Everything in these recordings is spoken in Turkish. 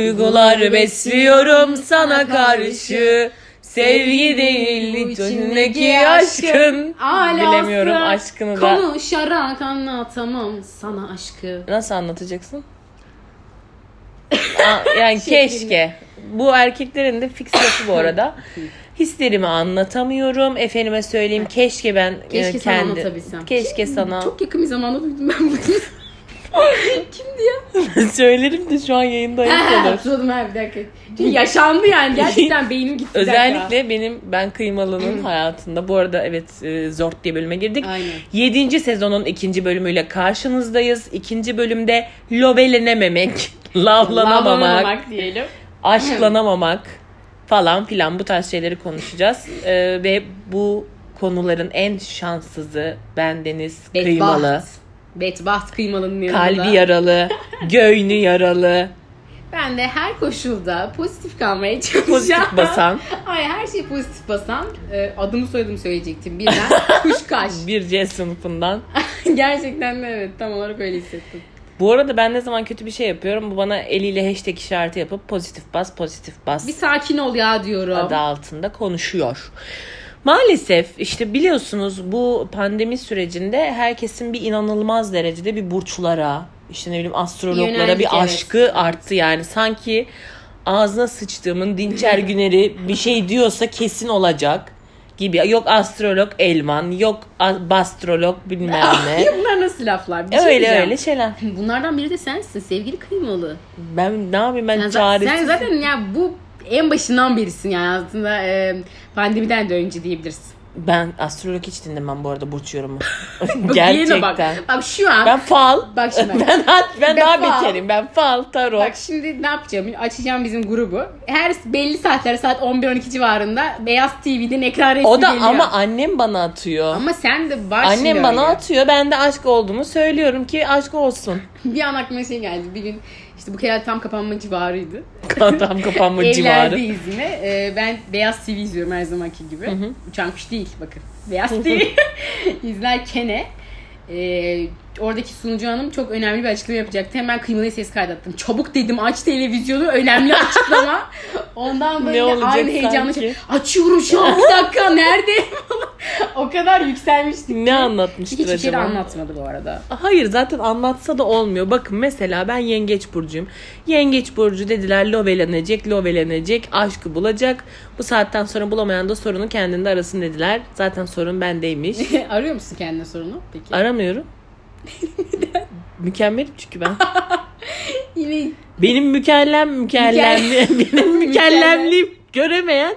Duygular besliyorum sana karşı. Sevgi değil içindeki aşkın. Alası Bilemiyorum aşkını da. Konuşarak anlatamam sana aşkı. Nasıl anlatacaksın? Aa, yani keşke. Bu erkeklerin de fiksiyatı bu arada. Hislerimi anlatamıyorum. Efendime söyleyeyim keşke ben e, Keşke sana kendi anlatabilsem. Şey, keşke sana Çok yakın bir zamanda duydum ben bunu. Kimdi ya? söylerim de şu an yayında ayıp olur. Hatırladım ha bir dakika. Çünkü yaşandı yani gerçekten beynim gitti. bir dakika. Özellikle benim ben Kıymalı'nın hayatında bu arada evet e, Zort diye bölüme girdik. Aynen. 7. sezonun ikinci bölümüyle karşınızdayız. İkinci bölümde lobelenememek, lavlanamamak, Lavlanamamak diyelim. aşklanamamak falan filan bu tarz şeyleri konuşacağız. E, ve bu konuların en şanssızı bendeniz Kıymalı. Bedbaht. Bedbaht kıymalının yanında. Kalbi yaralı, göğnü yaralı, Ben de her koşulda pozitif kalmaya çalışacağım. pozitif basan Ay her şey pozitif basan. Ee, adımı soyadımı söyleyecektim birden. Kuşkaş. bir C sınıfından Gerçekten de evet tam olarak öyle hissettim. Bu arada ben ne zaman kötü bir şey yapıyorum bu bana eliyle hashtag işareti yapıp pozitif bas pozitif bas Bir sakin ol ya diyorum. adı altında konuşuyor. Maalesef işte biliyorsunuz bu pandemi sürecinde herkesin bir inanılmaz derecede bir burçlara işte ne bileyim astrologlara Yöneldik, bir evet. aşkı arttı yani sanki ağzına sıçtığımın dinçer güneri bir şey diyorsa kesin olacak gibi. Yok astrolog elman yok a- bastrolog bilmem ne. Ya bunlar nasıl laflar? Bir şey öyle diyeceğim. öyle şeyler. Bunlardan biri de sensin sevgili kıymalı. Ben ne yapayım ben Sen, za- çaresiz. sen zaten ya bu en başından berisin yani aslında e, pandemiden de önce diyebilirsin. Ben astrolog hiç dinlemem bu arada burç yorumu. Bak, diğerine Gerçekten. Bak. bak şu an Ben fal. Bak şimdi. ben ben Ben daha fal. beterim. Ben fal, tarot. Bak şimdi ne yapacağım? Açacağım bizim grubu. Her belli saatler saat 11-12 civarında Beyaz TV'den ekran resmi o da geliyor. ama annem bana atıyor. Ama sen de var şimdi annem bana öyle. atıyor. Ben de aşk olduğumu söylüyorum ki aşk olsun. Bir an aklıma şey geldi. Bir gün işte bu kere tam kapanma civarıydı. Tam kapanma civarı. Evlerdeyiz yine. Ee, ben Beyaz TV izliyorum her zamanki gibi. Uçan kuş değil bakın. Beyaz TV izlerken e, oradaki sunucu hanım çok önemli bir açıklama yapacaktı. Hemen kıymalı ses kaydattım. Çabuk dedim aç televizyonu önemli açıklama. Ondan Ne böyle olacak aynı heyecanla şey sanki? açıyorum şu an bir dakika nerede? o kadar yükselmiştik. Ne anlatmıştır Hiçbir şey de acaba? anlatmadı bu arada. Hayır zaten anlatsa da olmuyor. Bakın mesela ben yengeç burcuyum. Yengeç burcu dediler lovelenecek, lovelenecek, aşkı bulacak. Bu saatten sonra bulamayan da sorunu kendinde arasın dediler. Zaten sorun bendeymiş. Arıyor musun kendine sorunu? Peki. Aramıyorum. Mükemmelim çünkü ben. Yine Benim mükellem mükellem benim mükellemliğim göremeyen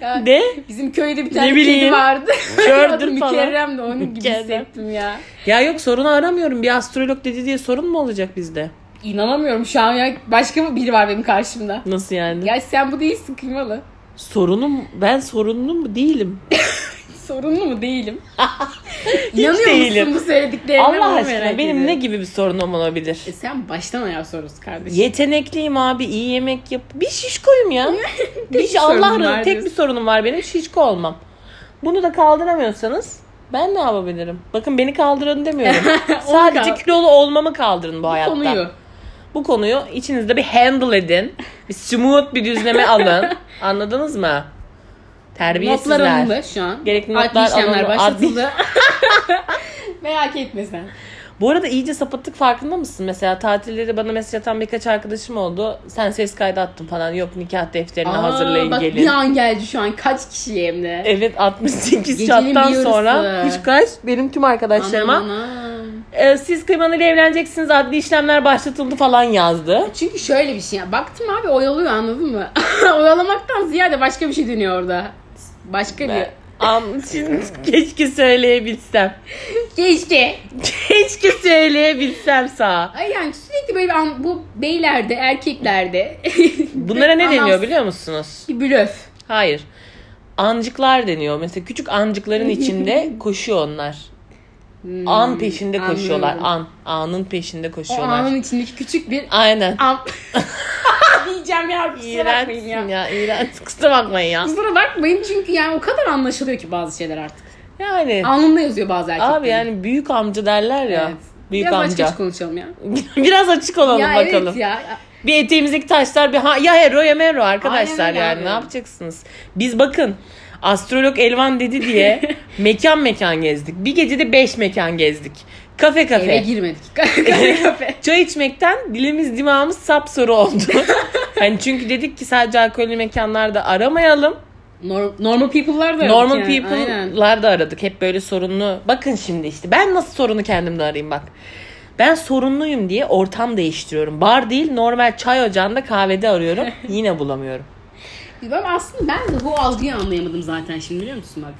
Ya- de Bizim köyde bir tane Ne bileyim. kedi vardı. Kördür Adı falan. Mükerrem de onun gibi Mükerrem. hissettim ya. ya yok sorunu aramıyorum. Bir astrolog dedi diye sorun mu olacak bizde? İnanamıyorum şu an ya. Başka biri var benim karşımda. Nasıl yani? Ya sen bu değilsin kıymalı. Sorunum ben sorunlu mu değilim? Sorunlu mu değilim? İnanıyor değilim. musun bu söylediklerime? Allah Bunu aşkına merak benim ne ediyorum. gibi bir sorunum olabilir? E sen baştan ayağa soruyorsun kardeşim. Yetenekliyim abi iyi yemek yap. Bir şişkoyum ya. bir bir şey, Allah sorunum var razı tek diyorsun. bir sorunum var benim şişko olmam. Bunu da kaldıramıyorsanız ben ne yapabilirim? Bakın beni kaldırın demiyorum. Sadece kal- kilolu olmamı kaldırın bu hayatta. Konuyu. Bu konuyu içinizde bir handle edin. Bir smooth bir düzleme alın. Anladınız mı? Notlar Terbiyesizler. alındı şu an. Gerekli notlar Adli işlemler alındı. başlatıldı. merak etme sen. Bu arada iyice sapıttık farkında mısın? Mesela tatilleri bana mesaj atan birkaç arkadaşım oldu. Sen ses kaydı attın falan. Yok nikah defterini Aa, hazırlayın bak gelin. bir an geldi şu an. Kaç kişi hem de. Evet 68 Gecenin şattan bir yarısı. sonra Kuşkaş benim tüm Aman arkadaşlarıma anam. e, siz kıymanıyla evleneceksiniz adli işlemler başlatıldı falan yazdı. Çünkü şöyle bir şey. ya, Baktım abi oyalıyor anladın mı? Oyalamaktan ziyade başka bir şey dönüyor orada. Başka bir. Am, şimdi keşke söyleyebilsem. Keşke. Keşke söyleyebilsem sağ. Ay yani sürekli böyle bir an- bu beylerde, erkeklerde. Bunlara ne Anons. deniyor biliyor musunuz? Blöf. Hayır. Ancıklar deniyor. Mesela küçük ancıkların içinde koşuyor onlar. An peşinde Hmm, anlıyorum. koşuyorlar. An. Anın peşinde O koşuyorlar. anın içindeki küçük bir Aynen. am. Diyeceğim ya kusura bakmayın İğrençsin ya. ya. iğrenç. Kusura bakmayın ya. Kusura bakmayın çünkü yani o kadar anlaşılıyor ki bazı şeyler artık. Yani. Alnında yazıyor bazı erkekler. Abi yani büyük amca derler ya. Evet. Büyük Biraz başka amca. şey konuşalım ya. Biraz açık olalım ya bakalım. evet ya. Bir eteğimizdeki taşlar bir ha, ya hero ya mero arkadaşlar Aynen öyle yani abi. ne yapacaksınız? Biz bakın astrolog Elvan dedi diye mekan mekan gezdik. Bir gecede 5 mekan gezdik. Kafe kafe. Eve girmedik. kafe kafe. Çay içmekten dilimiz dimağımız sapsarı oldu. hani çünkü dedik ki sadece alkollü mekanlarda aramayalım. Nor- normal people'lar da Normal yani, aynen. people'lar da aradık. Hep böyle sorunlu. Bakın şimdi işte ben nasıl sorunu kendimde arayayım bak. Ben sorunluyum diye ortam değiştiriyorum. Bar değil normal çay ocağında kahvede arıyorum. Yine bulamıyorum. Ben aslında ben de bu algıyı anlayamadım zaten şimdi biliyor musun bak.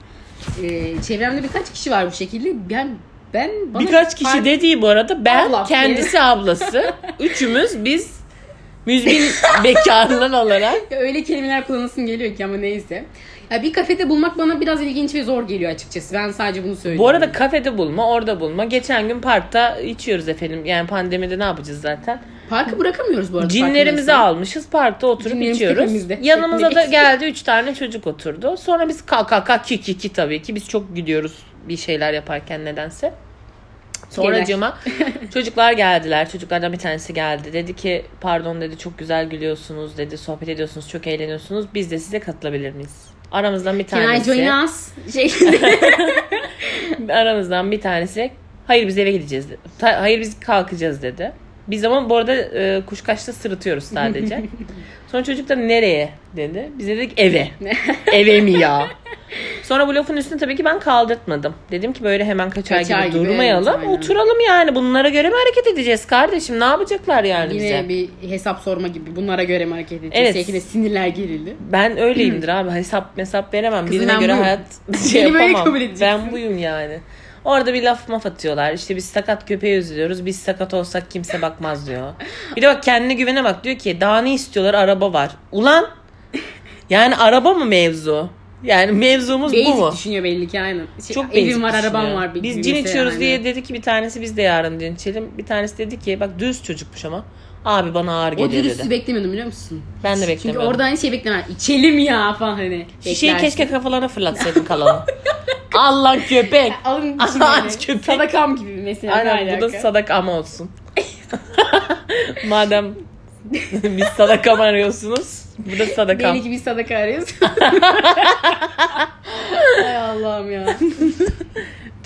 Ee, çevremde birkaç kişi var bu şekilde. Ben ben bana Birkaç kişi fark- dediği bu arada ben Allah kendisi ablası. Üçümüz biz müzmin bekarlar olarak Ya öyle kelimeler kullanasın geliyor ki ama neyse. Ya bir kafede bulmak bana biraz ilginç ve zor geliyor açıkçası. Ben sadece bunu söylüyorum. Bu arada kafede bulma, orada bulma. Geçen gün parkta içiyoruz efendim. Yani pandemide ne yapacağız zaten? parkı bırakamıyoruz bu arada. Cinlerimizi farkındaysan. almışız. Parkta oturup Cinlerimiz içiyoruz. tepemizde. Yanımıza da Şeklinde. geldi üç tane çocuk oturdu. Sonra biz KKK ki ki ki tabii ki biz çok gülüyoruz bir şeyler yaparken nedense. Sonracığıma çocuklar geldiler. Çocuklardan bir tanesi geldi. Dedi ki pardon dedi çok güzel gülüyorsunuz dedi. Sohbet ediyorsunuz çok eğleniyorsunuz. Biz de size katılabilir miyiz? Aramızdan bir Can I tanesi. join us? Şeklinde. aramızdan bir tanesi hayır biz eve gideceğiz dedi. Ta- hayır biz kalkacağız dedi. Biz ama bu arada e, kuşkaçta sırıtıyoruz sadece. Sonra çocuk da nereye dedi. Biz de dedik eve. eve mi ya? Sonra bu lafın üstüne tabii ki ben kaldırtmadım. Dedim ki böyle hemen kaçar, Kaçar gibi, gibi, durmayalım. evet, aynen. Oturalım yani. Bunlara göre mi hareket edeceğiz kardeşim? Ne yapacaklar yani bize? Yine bir hesap sorma gibi. Bunlara göre mi hareket edeceğiz? Evet. Şeklinde sinirler gerildi. Ben öyleyimdir abi. Hesap hesap veremem. Kızım Birine Hmm. ben göre buyum. hayat şey Beni böyle yapamam. kabul edeceksin. ben buyum yani. Orada bir laf maf atıyorlar. İşte biz sakat köpeği üzülüyoruz. Biz sakat olsak kimse bakmaz diyor. Bir de bak kendine güvene bak. Diyor ki daha ne istiyorlar? Araba var. Ulan yani araba mı mevzu? Yani mevzumuz bu mu? Basic düşünüyor belli ki aynen. Şey, Çok basic evim var, arabam düşünüyor. var. bir- Biz bir cin mesela içiyoruz yani. diye dedi ki bir tanesi biz de yarın cin içelim. Bir tanesi dedi ki bak düz çocukmuş ama. Abi bana ağır O geliyor dedi. dürüstlüğü beklemiyordum biliyor musun? Ben de Çünkü beklemiyordum. orada aynı şey beklemem. İçelim ya falan hani. Şişeyi Beklersin. keşke kafalarına fırlatsaydın kalanı. Allah köpek. Alın Aç içine. köpek. Sadakam gibi mesela. ne hani. Aynen bu da alaka? sadakam olsun. Madem biz sadakam arıyorsunuz. Bu da sadakam. Belli ki biz sadaka arıyoruz. Hay Allah'ım ya.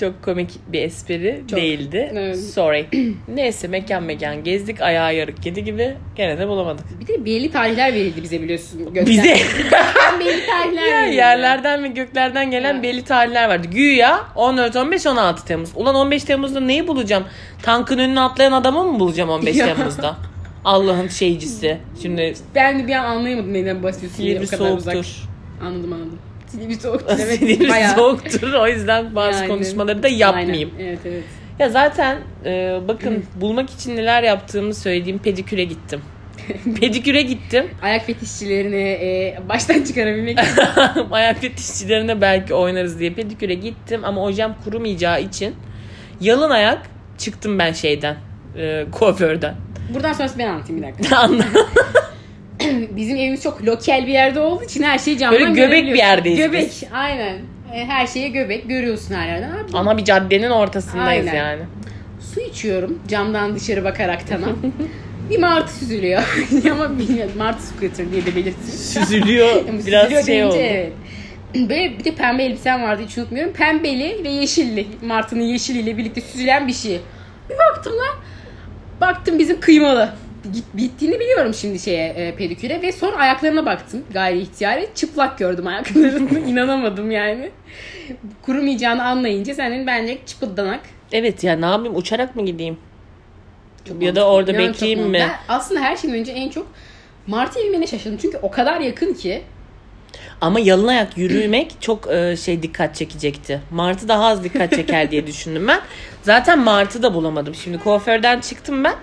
Çok komik bir espri Çok. değildi. Evet. Sorry. Neyse mekan mekan gezdik. Ayağı yarık kedi gibi. Gene de bulamadık. Bir de belli tarihler verildi bize biliyorsun. Gökten. Bize belli tarihler Ya verildi. yerlerden ve göklerden gelen Evet. belli tarihler vardı. Güya 14, 15, 16 Temmuz. Ulan 15 Temmuz'da neyi bulacağım? Tankın önüne atlayan adamı mı bulacağım 15 Ya. Temmuz'da? Allah'ın şeycisi. Şimdi Ben de bir an anlayamadım neyden bahsediyorsun. diye, Silivri o kadar Uzak. soğuktur. Anladım anladım. Silivri soğuktur. Evet, Silivri bayağı. soğuktur. O yüzden bazı Yani. konuşmaları da yapmayayım. Aynen, Evet evet. Ya zaten e, bakın bulmak için neler yaptığımı söyleyeyim. Pediküre gittim. Pediküre gittim. Ayak fetişçilerini e, baştan çıkarabilmek için. Ayak fetişçilerine belki oynarız diye pediküre gittim ama ojem kurumayacağı için yalın ayak çıktım ben şeyden e, kuaförden. Buradan sonrası ben anlatayım bir dakika. Anladın mı? Bizim evimiz çok lokal bir yerde olduğu için her şeyi camdan Böyle göbek bir görebiliyorsun. yerdeyiz Göbek biz. aynen. E, Her şeye göbek görüyorsun her yerden. Ama Ana bir caddenin ortasındayız Aynen. yani. Su içiyorum camdan dışarı bakarak tamam. bir martı süzülüyor. Ama bilmiyorum martı su götür diye de belirtsin. Süzülüyor Ama süzülüyor biraz şey deyince oldu. Evet. Böyle bir de pembe elbisem vardı hiç unutmuyorum. Pembeli ve yeşilli. Martının yeşiliyle birlikte süzülen bir şey. Bir baktım lan. Baktım bizim kıymalı. Git, gittiğini biliyorum şimdi şeye e, pediküre ve sonra ayaklarına baktım gayri ihtiyari çıplak gördüm ayaklarını inanamadım yani kurumayacağını anlayınca senin bence çıpıdanak Evet ya ne yapayım uçarak mı gideyim? çok Ya da mantıklı. orada İnanın çok bekleyeyim mantıklı. mi? Ben aslında her şeyden önce en çok Martı evime şaşırdım. Çünkü o kadar yakın ki. Ama yalın ayak yürümek çok e, şey dikkat çekecekti. Martı daha az dikkat çeker diye düşündüm ben. Zaten Martı da bulamadım. Şimdi kuaförden çıktım ben.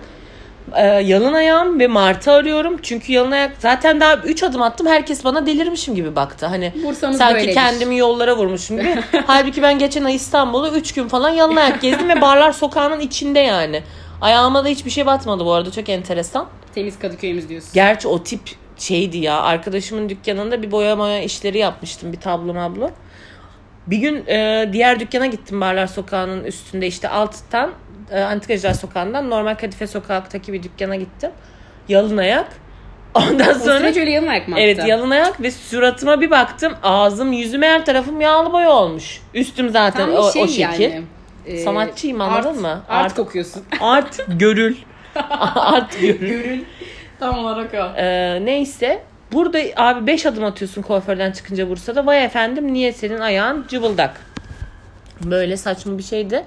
E, yalın ayağım ve Martı arıyorum. Çünkü yalın ayak zaten daha 3 adım attım. Herkes bana delirmişim gibi baktı. Hani Bursa'mız sanki böyledir. kendimi yollara vurmuşum gibi. Halbuki ben geçen ay İstanbul'u 3 gün falan yalın ayak gezdim ve barlar sokağının içinde yani. Ayağıma da hiçbir şey batmadı bu arada. Çok enteresan. Temiz Kadıköy'ümüz diyorsun. Gerçi o tip şeydi ya. Arkadaşımın dükkanında bir boya moya işleri yapmıştım. Bir tablo mablo. Bir gün e, diğer dükkana gittim Barlar Sokağı'nın üstünde işte alttan e, Antikacılar Sokağı'ndan normal Kadife Sokak'taki bir dükkana gittim. Yalın ayak. Ondan O sonra süreç öyle yalın ayak mı evet attı? yalın ayak ve suratıma bir baktım. Ağzım, yüzüm, her tarafım yağlı boya olmuş. Üstüm zaten Tam o, şey o şekil. yani. e, Sanatçıyım, anladın art- mı? Art, Art- kokuyorsun. Art görül. Art görül. Görün. Tam olarak o. Ee, neyse. Burada abi 5 adım atıyorsun kuaförden çıkınca Bursa'da. Vay efendim niye senin ayağın cıvıldak? Böyle saçma bir şeydi.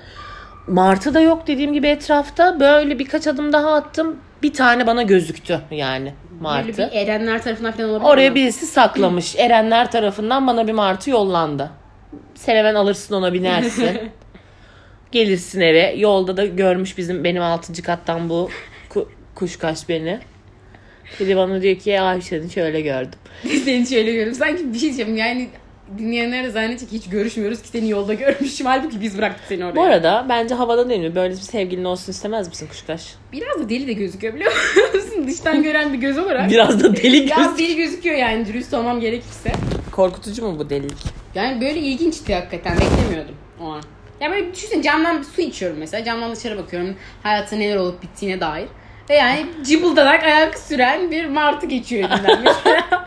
Martı da yok dediğim gibi etrafta. Böyle birkaç adım daha attım. Bir tane bana gözüktü yani Böyle martı. bir erenler tarafından falan olabilir Oraya mi? birisi saklamış. Erenler tarafından bana bir martı yollandı. Seneven alırsın ona binersin. Gelirsin eve. Yolda da görmüş bizim benim 6. kattan bu ku- kuşkaş beni. Biri bana diyor ki ya Ayşe'ni şöyle gördüm. Seni şöyle görüyorum. Sanki bir şey diyeceğim yani dinleyenler de zannedecek hiç görüşmüyoruz ki seni yolda görmüşüm. Halbuki biz bıraktık seni oraya. Bu arada bence havadan değil mi? Böyle bir sevgilin olsun istemez misin kuşkaş? Biraz da deli de gözüküyor biliyor musun? Dıştan gören bir göz olarak. Biraz da deli Biraz göz. deli gözüküyor yani dürüst olmam gerekirse. Korkutucu mu bu delilik? Yani böyle ilginçti hakikaten beklemiyordum o an. Ya böyle düşünsene camdan su içiyorum mesela. Camdan dışarı bakıyorum hayatta neler olup bittiğine dair. Ve yani cıbıldanak ayak süren bir martı geçiyor önümden mesela.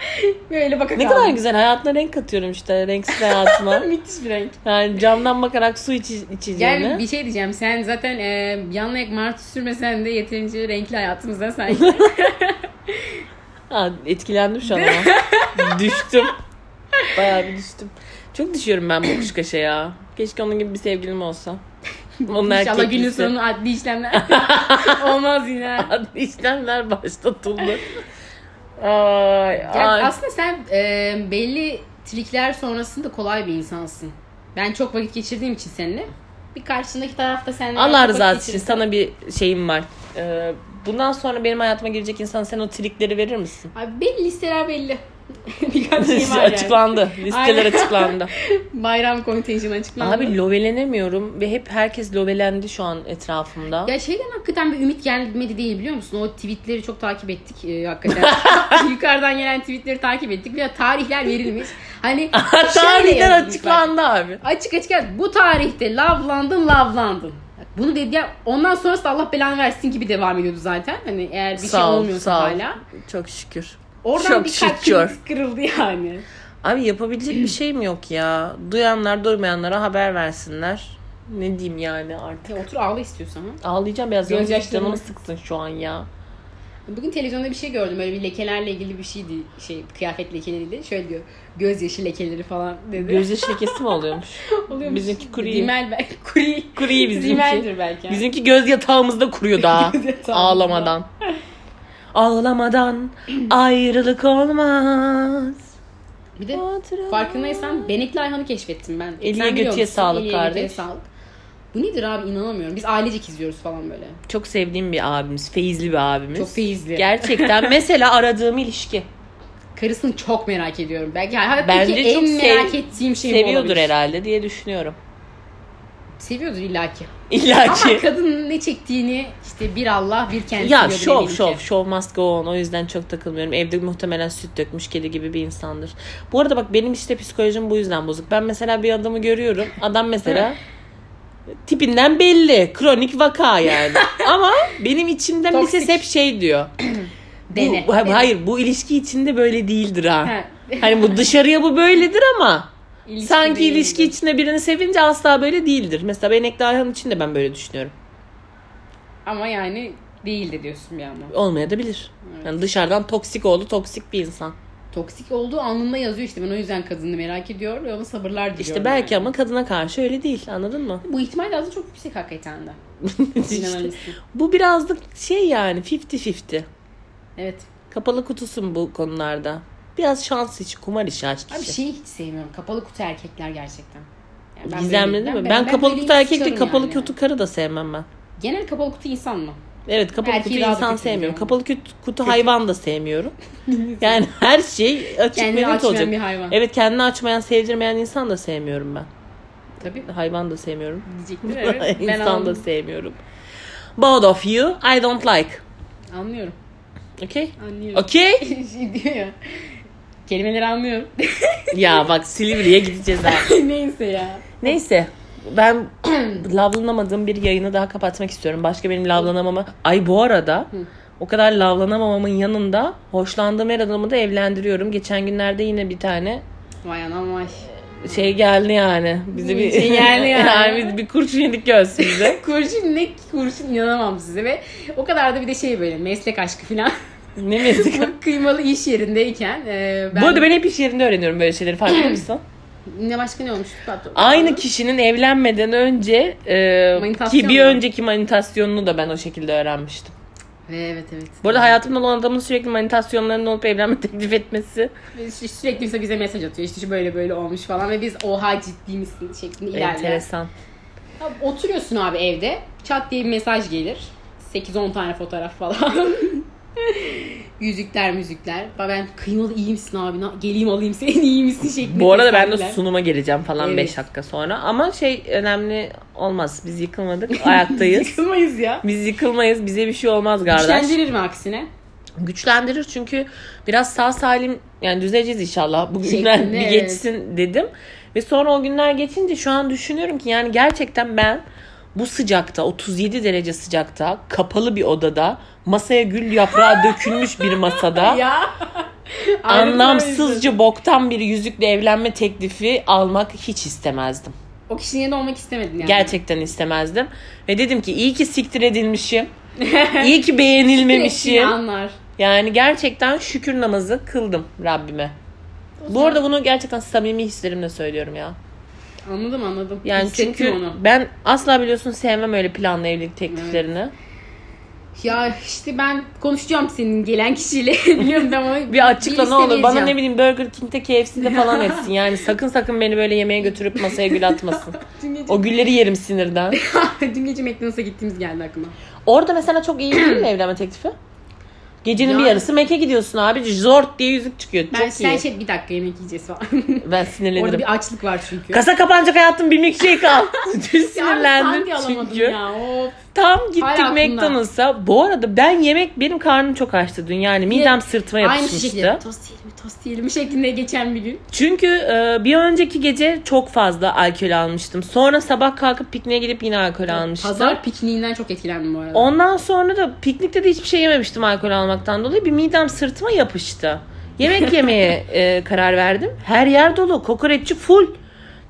böyle baka Ne kaldım. kadar güzel. Hayatına renk katıyorum işte. Renksiz hayatıma. Müthiş bir renk. Yani camdan bakarak su içi, içeceğine. Yani bir şey diyeceğim. Sen zaten e, yanlayak martı sürmesen de yeterince renkli hayatımızda sanki. Ha, etkilendim şu an ama. düştüm. Bayağı bir düştüm. Çok düşüyorum ben bu kuşkaşa ya. Keşke onun gibi bir sevgilim olsa. Onun İnşallah günün erkeklisi. sonu adli işlemler olmaz yine. Adli işlemler başlatıldı. Ay, Yani ay. aslında sen e, belli trikler sonrasında kolay bir insansın. Ben çok vakit geçirdiğim için seninle. Bir karşındaki tarafta seninle Allah çok vakit rızası için geçirirsin. sana bir şeyim var. Ee, bundan sonra benim hayatıma girecek insan sen o trikleri verir misin? Abi belli listeler belli. Birkaç şey var yani. açıklandı. Listeler Aynen. açıklandı. Bayram kontenjanı açıklandı. Abi lovelenemiyorum ve hep herkes lovelendi şu an etrafımda. Ya şeyden hakikaten bir ümit gelmedi değil biliyor musun? O tweetleri çok takip ettik e, hakikaten. Yukarıdan gelen tweetleri takip ettik ve tarihler verilmiş. Hani şöyle Tarihler yazılmış bak. açıklandı abi. Açık açık yaz. bu tarihte lavlandın lavlandın. Bak Bunu dedi ya ondan sonrası da Allah belanı versin gibi devam ediyordu zaten. Hani eğer bir şey Sağ ol, olmuyorsa sağ ol. hala. Çok şükür. Oradan Çok bir kalp şükür. kırık- kırıldı yani. Abi yapabilecek bir şeyim yok ya. Duyanlar duymayanlara haber versinler. Ne diyeyim yani artık. Ya E, otur ağla istiyorsan. ha. Ağlayacağım biraz. Göz Yalnız yaşlarını- Canımı sıktın şu an ya. Bugün televizyonda bir şey gördüm. Böyle bir lekelerle ilgili bir şeydi. Şey kıyafet lekeleriydi. Şöyle diyor. Gözyaşı lekeleri falan dedi. Gözyaşı lekesi mi oluyormuş? Oluyormuş. Bizimki kuru. Rimel belki. Kuri. Kuru iyi bizimki. Rimeldir belki. yani. Bizimki göz yatağımızda kuruyor daha. Göz yatağımızda. Ağlamadan. Ağlamadan ayrılık olmaz. Bir de farkındaysan benekli ayhanı keşfettim ben. Eline Sen biliyor götüye musun? sağlık Eline götüye kardeş. sağlık. Bu nedir abi inanamıyorum. Biz ailecek izliyoruz falan böyle. Çok sevdiğim bir abimiz. Feyizli bir abimiz. Çok feyizli. Gerçekten mesela aradığım ilişki. Karısını çok merak ediyorum. Belki hayattaki Bence en çok sev- merak ettiğim şey bu Seviyordur olabilir. herhalde diye düşünüyorum. Seviyordur illaki. İlla Ama ki. kadının ne çektiğini işte bir Allah bir kendisi Ya biliyordur şov eminim ki. şov şov must go on o yüzden çok takılmıyorum. Evde muhtemelen süt dökmüş kedi gibi bir insandır. Bu arada bak benim işte psikolojim bu yüzden bozuk. Ben mesela bir adamı görüyorum. Adam mesela tipinden belli. Kronik vaka yani. Ama benim içimden bir ses Toksik. hep şey diyor. Dene. Bu, Dene. hayır bu ilişki içinde böyle değildir ha. Ha. Hani bu dışarıya bu böyledir ama İlişki sanki değildir. ilişki içinde birini sevince asla böyle değildir. Mesela Benekli Ayhan için de ben böyle düşünüyorum. Ama yani değil de diyorsun bir yandan. Olmayabilir. Yani dışarıdan toksik oldu, toksik bir insan. Toksik olduğu anında yazıyor işte ben o yüzden kadını merak ediyorum ve ona sabırlar diliyorum. İşte belki yani. ama kadına karşı öyle değil. Anladın mı? Bu ihtimal de aslında çok yüksek hakikaten de. İnanır işte, mısın? bu biraz da şey yani 50-50. Evet. Kapalı kutusun bu konularda. Biraz şans işi, kumar işi, aşk Abi işi. şeyi hiç sevmiyorum. Kapalı kutu erkekler gerçekten. Yani ben Gizemli böyle- değil mi? Ben, kapalı böyle kutu erkek değil, sıçarım kapalı yani. kutu karı da sevmem ben. Genel kapalı kutu insan mı? Evet kapalı Erkeği kutu daha da insan kötü sevmiyorum. biliyorum. Kapalı kutu, kutu hayvan da sevmiyorum. yani her şey açık ve Kendini net açmayan olacak. bir hayvan. Evet kendini açmayan, sevdirmeyen insan da sevmiyorum ben. Tabii. Hayvan da sevmiyorum. Diyecektim evet. ben İnsan da anladım. sevmiyorum. Both of you, I don't like. Anlıyorum. Okay? Anlıyorum. Okay? şey diyor ya. Kelimeleri anlıyorum. ya bak Silivri'ye gideceğiz ha. Neyse ya. Neyse ben lavlanamadığım bir yayını daha kapatmak istiyorum. Başka benim lavlanamama... Ay bu arada o kadar lavlanamamamın yanında hoşlandığım her adamı da evlendiriyorum. Geçen günlerde yine bir tane Vay anam vay. şey geldi yani. Bizi bir Şey geldi yani. biz bir kurşun yedik göğsümüze. kurşun ne kurşun inanamam size ve o kadar da bir de şey böyle meslek aşkı falan. ne mezik. Bu kıymalı iş yerindeyken e, ben, Bu arada ben hep iş yerinde öğreniyorum böyle şeyleri farkında mısın? ne başka ne olmuş patron? Aynı kişinin evlenmeden önce e, Manitasyon ki bir mu? önceki manitasyonunu da ben o şekilde öğrenmiştim. Ve evet evet. Bu arada hayatımda olan adamın sürekli manitasyonlarının olup evlenme teklif etmesi. Ve sü- Sürekli bize, bize mesaj atıyor işte şu böyle böyle olmuş falan ve biz oha ciddi misin şeklinde ilerliyoruz. Enteresan. Abi Oturuyorsun abi evde. Çat diye bir mesaj gelir. 8-10 tane fotoğraf falan. Yüzükler müzikler. Ba Ben kıymalı iyi misin abi? Na- Geleyim alayım seni iyi misin şeklinde. Bu arada ben de teselliler. sunuma geleceğim falan Evet. 5 dakika sonra. Ama şey önemli olmaz. Biz yıkılmadık. Ayaktayız. Sıkılmayız ya. Biz yıkılmayız. Bize bir şey olmaz kardeş. Güçlendirir mi aksine? Güçlendirir çünkü biraz sağ salim yani düzeleceğiz inşallah. Bu günler Şeklinde, bir evet. geçsin dedim. Ve sonra o günler geçince şu an düşünüyorum ki yani gerçekten ben bu sıcakta 37 derece sıcakta kapalı bir odada masaya gül yaprağı dökülmüş bir masada Ya. anlamsızca boktan bir yüzükle evlenme teklifi almak hiç istemezdim. O kişinin yerinde olmak istemedin yani. Gerçekten istemezdim. Ve dedim ki iyi ki siktir edilmişim. iyi ki beğenilmemişim. Gerektiğini anlar. Yani gerçekten şükür namazı kıldım Rabbime. Bu arada bunu gerçekten samimi hislerimle söylüyorum ya. Anladım anladım. Yani Hissettim çünkü onu. ben asla biliyorsun sevmem öyle planlı evlilik tekliflerini. Ya işte ben konuşacağım senin gelen kişiyle. Biliyorum ben ama Bir açıkla ne olur. Bana ne vereceğim. bileyim Burger King'de KFC'de falan etsin. Yani sakın sakın beni böyle yemeğe götürüp masaya gül atmasın. Dün gece, O gülleri yerim sinirden. dün gece McDonald's'a gittiğimiz geldi aklıma. Orada mesela çok iyi değil mi evlenme teklifi? Gecenin bir Yani- yarısı Mac'e gidiyorsun abi. Zort diye yüzük çıkıyor. Ben çok sen iyi. şey bir dakika yemek yiyeceğiz falan. Ben sinirlenirim. Orada bir açlık var çünkü. Kasa kapanacak hayatım bir milkshake al. Dün Ya sinirlendim bir sandviç alamadım çünkü. Ya. Of. Tam gittik Hala aklımda. McDonald's'a. Bu arada ben yemek benim karnım çok açtı dün. Yani midem sırtıma Aynı yapışmıştı. şekilde tost yiyelim tost yiyelim şeklinde geçen bir gün. Çünkü e, bir önceki gece çok fazla alkol almıştım. Sonra sabah kalkıp pikniğe gidip yine alkol almıştım. Pazar pikniğinden çok etkilendim bu arada. Ondan sonra da piknikte de hiçbir şey yememiştim alkol almaktan dolayı. Bir midem sırtıma yapıştı. Yemek yemeye e, karar verdim. Her yer dolu. Kokoreççi full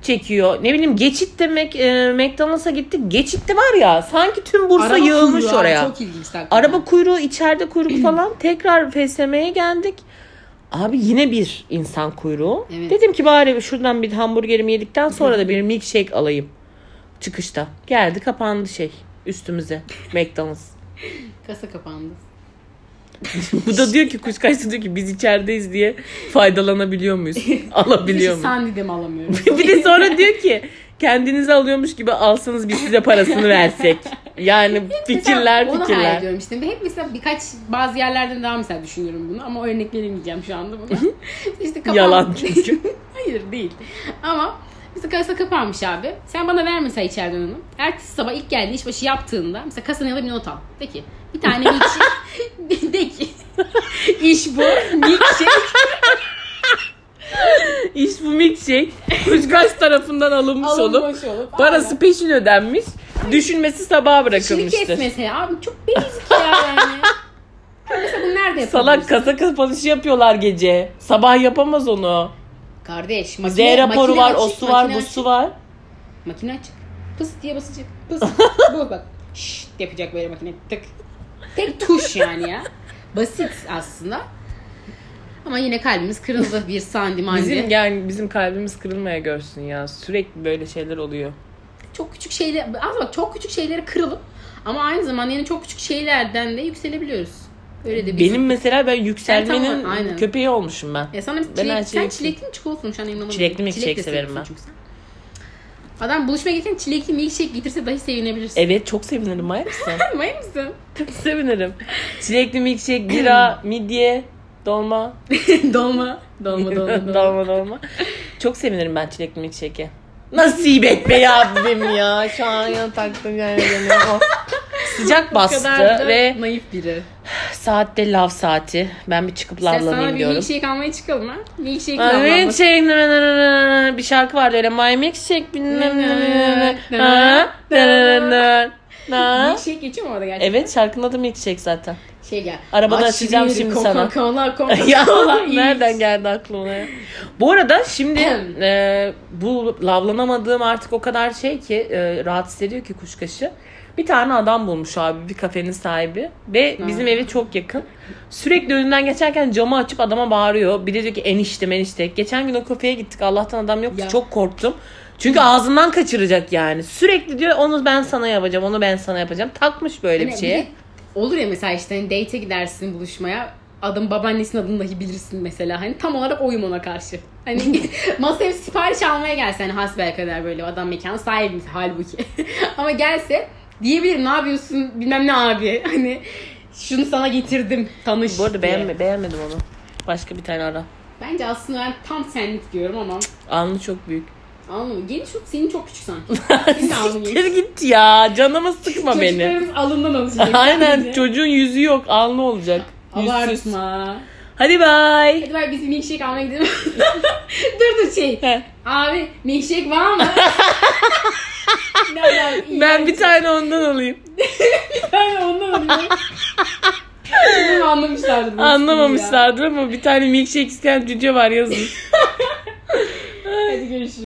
çekiyor. Ne bileyim geçit demek e, McDonald's'a gittik. Geçitte var ya sanki tüm Bursa yığılmış kuyruğu abi, oraya. Çok ilginç hakikaten. Araba kuyruğu içeride kuyruk falan. Tekrar FSM'ye geldik. Abi yine bir insan kuyruğu. Evet. Dedim ki bari şuradan bir hamburgerimi yedikten sonra da bir milkshake alayım. Çıkışta. Geldi kapandı şey üstümüze. McDonald's. Kasa kapandı. Bu da diyor ki kuşkaçta diyor ki biz içerideyiz diye faydalanabiliyor muyuz? şey Alabiliyor Biliyorum. muyuz? Sandy de mi alamıyorum? bir de sonra diyor ki kendinize alıyormuş gibi alsanız biz size parasını versek. Yani fikirler Mesela Onu hayal fikirler. ediyorum işte. Hep mesela birkaç bazı yerlerden daha mesela düşünüyorum bunu ama örnek veremeyeceğim şu anda bunu. işte kapan... Yalan çünkü. Hayır değil. Ama mesela kasa kapanmış abi. Sen bana ver mesela içeriden onu. Ertesi sabah ilk geldiğin işbaşı yaptığında mesela kasana da bir not al. De ki bir tane milkshake. de ki iş bu. şey." Milkshake İş bu milkshake. Kuşkaç tarafından alınmış olup alınmış olup. parası peşin ödenmiş. Düşünmesi sabaha Şunu kes bırakılmıştır. mesela abi çok basic ya yani. mesela bunu nerede yapabilirsin? Salak kasa kapanışı yapıyorlar gece. Sabah yapamaz onu. Kardeş Z makine, raporu makine var, açık, o su var, makine bu açık. su var. Makine açık. Pıs diye basacak. Pıs. bu bak. Şşt yapacak böyle makine. Tık. Tek tuş yani ya. Basit aslında. Ama yine kalbimiz kırıldı bir sandi mandi. Bizim yani bizim kalbimiz kırılmaya görsün ya. Sürekli böyle şeyler oluyor. Çok küçük şeyler, az bak çok küçük şeylere kırılıp ama aynı zamanda yani çok küçük şeylerden de yükselebiliyoruz. Öyle de bir. Benim mesela ben Sen yükselmenin tam- aynen. köpeği olmuşum ben. Ya sana biz Ben çilek, her şeyi- sen çilekli mi çikolatalı mı şu an anlamadım. Çilekli mi, Çilek de çilek severim seviyorsun ben. çünkü sen. Adam buluşmaya gelirken çilekli milkshake getirse dahi sevinebilirsin. Evet çok sevinirim. Maya mısın? Mayı mısın? çok sevinirim. Çilekli milkshake, bira, midye, dolma. dolma. Dolma dolma dolma. dolma dolma. Çok sevinirim ben çilekli milkshake'e. Nasip et be ya abim ya. Şu an yan taktım yani. beni. Oh. Sıcak O bastı kadar da ve naif biri. saatte lav saati. Ben bir çıkıp Sen sana lavlanayım bir diyorum. milkshake almaya çıkalım ha. Milkshake My lavlanması. milkshake na- na- na- na- na- bir şarkı vardı öyle My milkshake bilmem ne- ne- ne- ne- na- na- na- na- na- na. Milkshake geçiyor mu orada gerçekten? Evet şarkının adı milkshake zaten. Şey gel. Arabada Aç açacağım çiziyi, şimdi Coca- sana. Cola, Coca- ya Cola, iyi. nereden geldi aklıma ya? Bu arada şimdi Ahem. e, bu lavlanamadığım artık o kadar şey ki e, rahatsız ediyor ki kuşkaşı. Bir tane adam bulmuş abi bir kafenin sahibi ve bizim eve çok yakın. Sürekli önünden geçerken camı açıp adama bağırıyor. Bir de diyor ki enişte enişte. Geçen gün o kafeye gittik Allah'tan adam yoktu Ya. çok korktum. Çünkü ağzından kaçıracak yani. Sürekli diyor onu ben sana yapacağım, onu ben sana yapacağım. Takmış böyle Hani bir şey? bir şeye. de Olur ya mesela işte hani date'e gidersin buluşmaya. Adam babaannesinin adını dahi bilirsin mesela. Hani tam olarak oyum ona karşı. Hani masaya sipariş almaya gelse hani hasbel kadar böyle adam mekan sahibi halbuki. Ama gelse diyebilirim ne yapıyorsun bilmem ne abi. Hani şunu sana getirdim tanış Bu arada diye. beğenme, beğenmedim onu. Başka bir tane ara. Bence aslında ben tam senlik diyorum ama Alnı çok büyük. anlamadım. Geniş tut senin çok küçük sanki. Senin de alnın geniş. Git git ya. Canımı sıkma beni. Çocuklarımız alından alışacak. Aynen bence. çocuğun yüzü yok. Alnı olacak. Yüzsüz. Abartma. Hadi bay. Hadi bari biz bir milkshake almaya gidelim. dur dur şey. He. Abi milkshake var mı? Ne alaka? İyi. Ben bir tane ondan alayım. Ben ondan alıyorum. Bunu anlamışlardı. bu Anlamamışlardır ama bir tane milkshake isteyen cüce var yazın. espriyi ya. Hadi görüşürüz.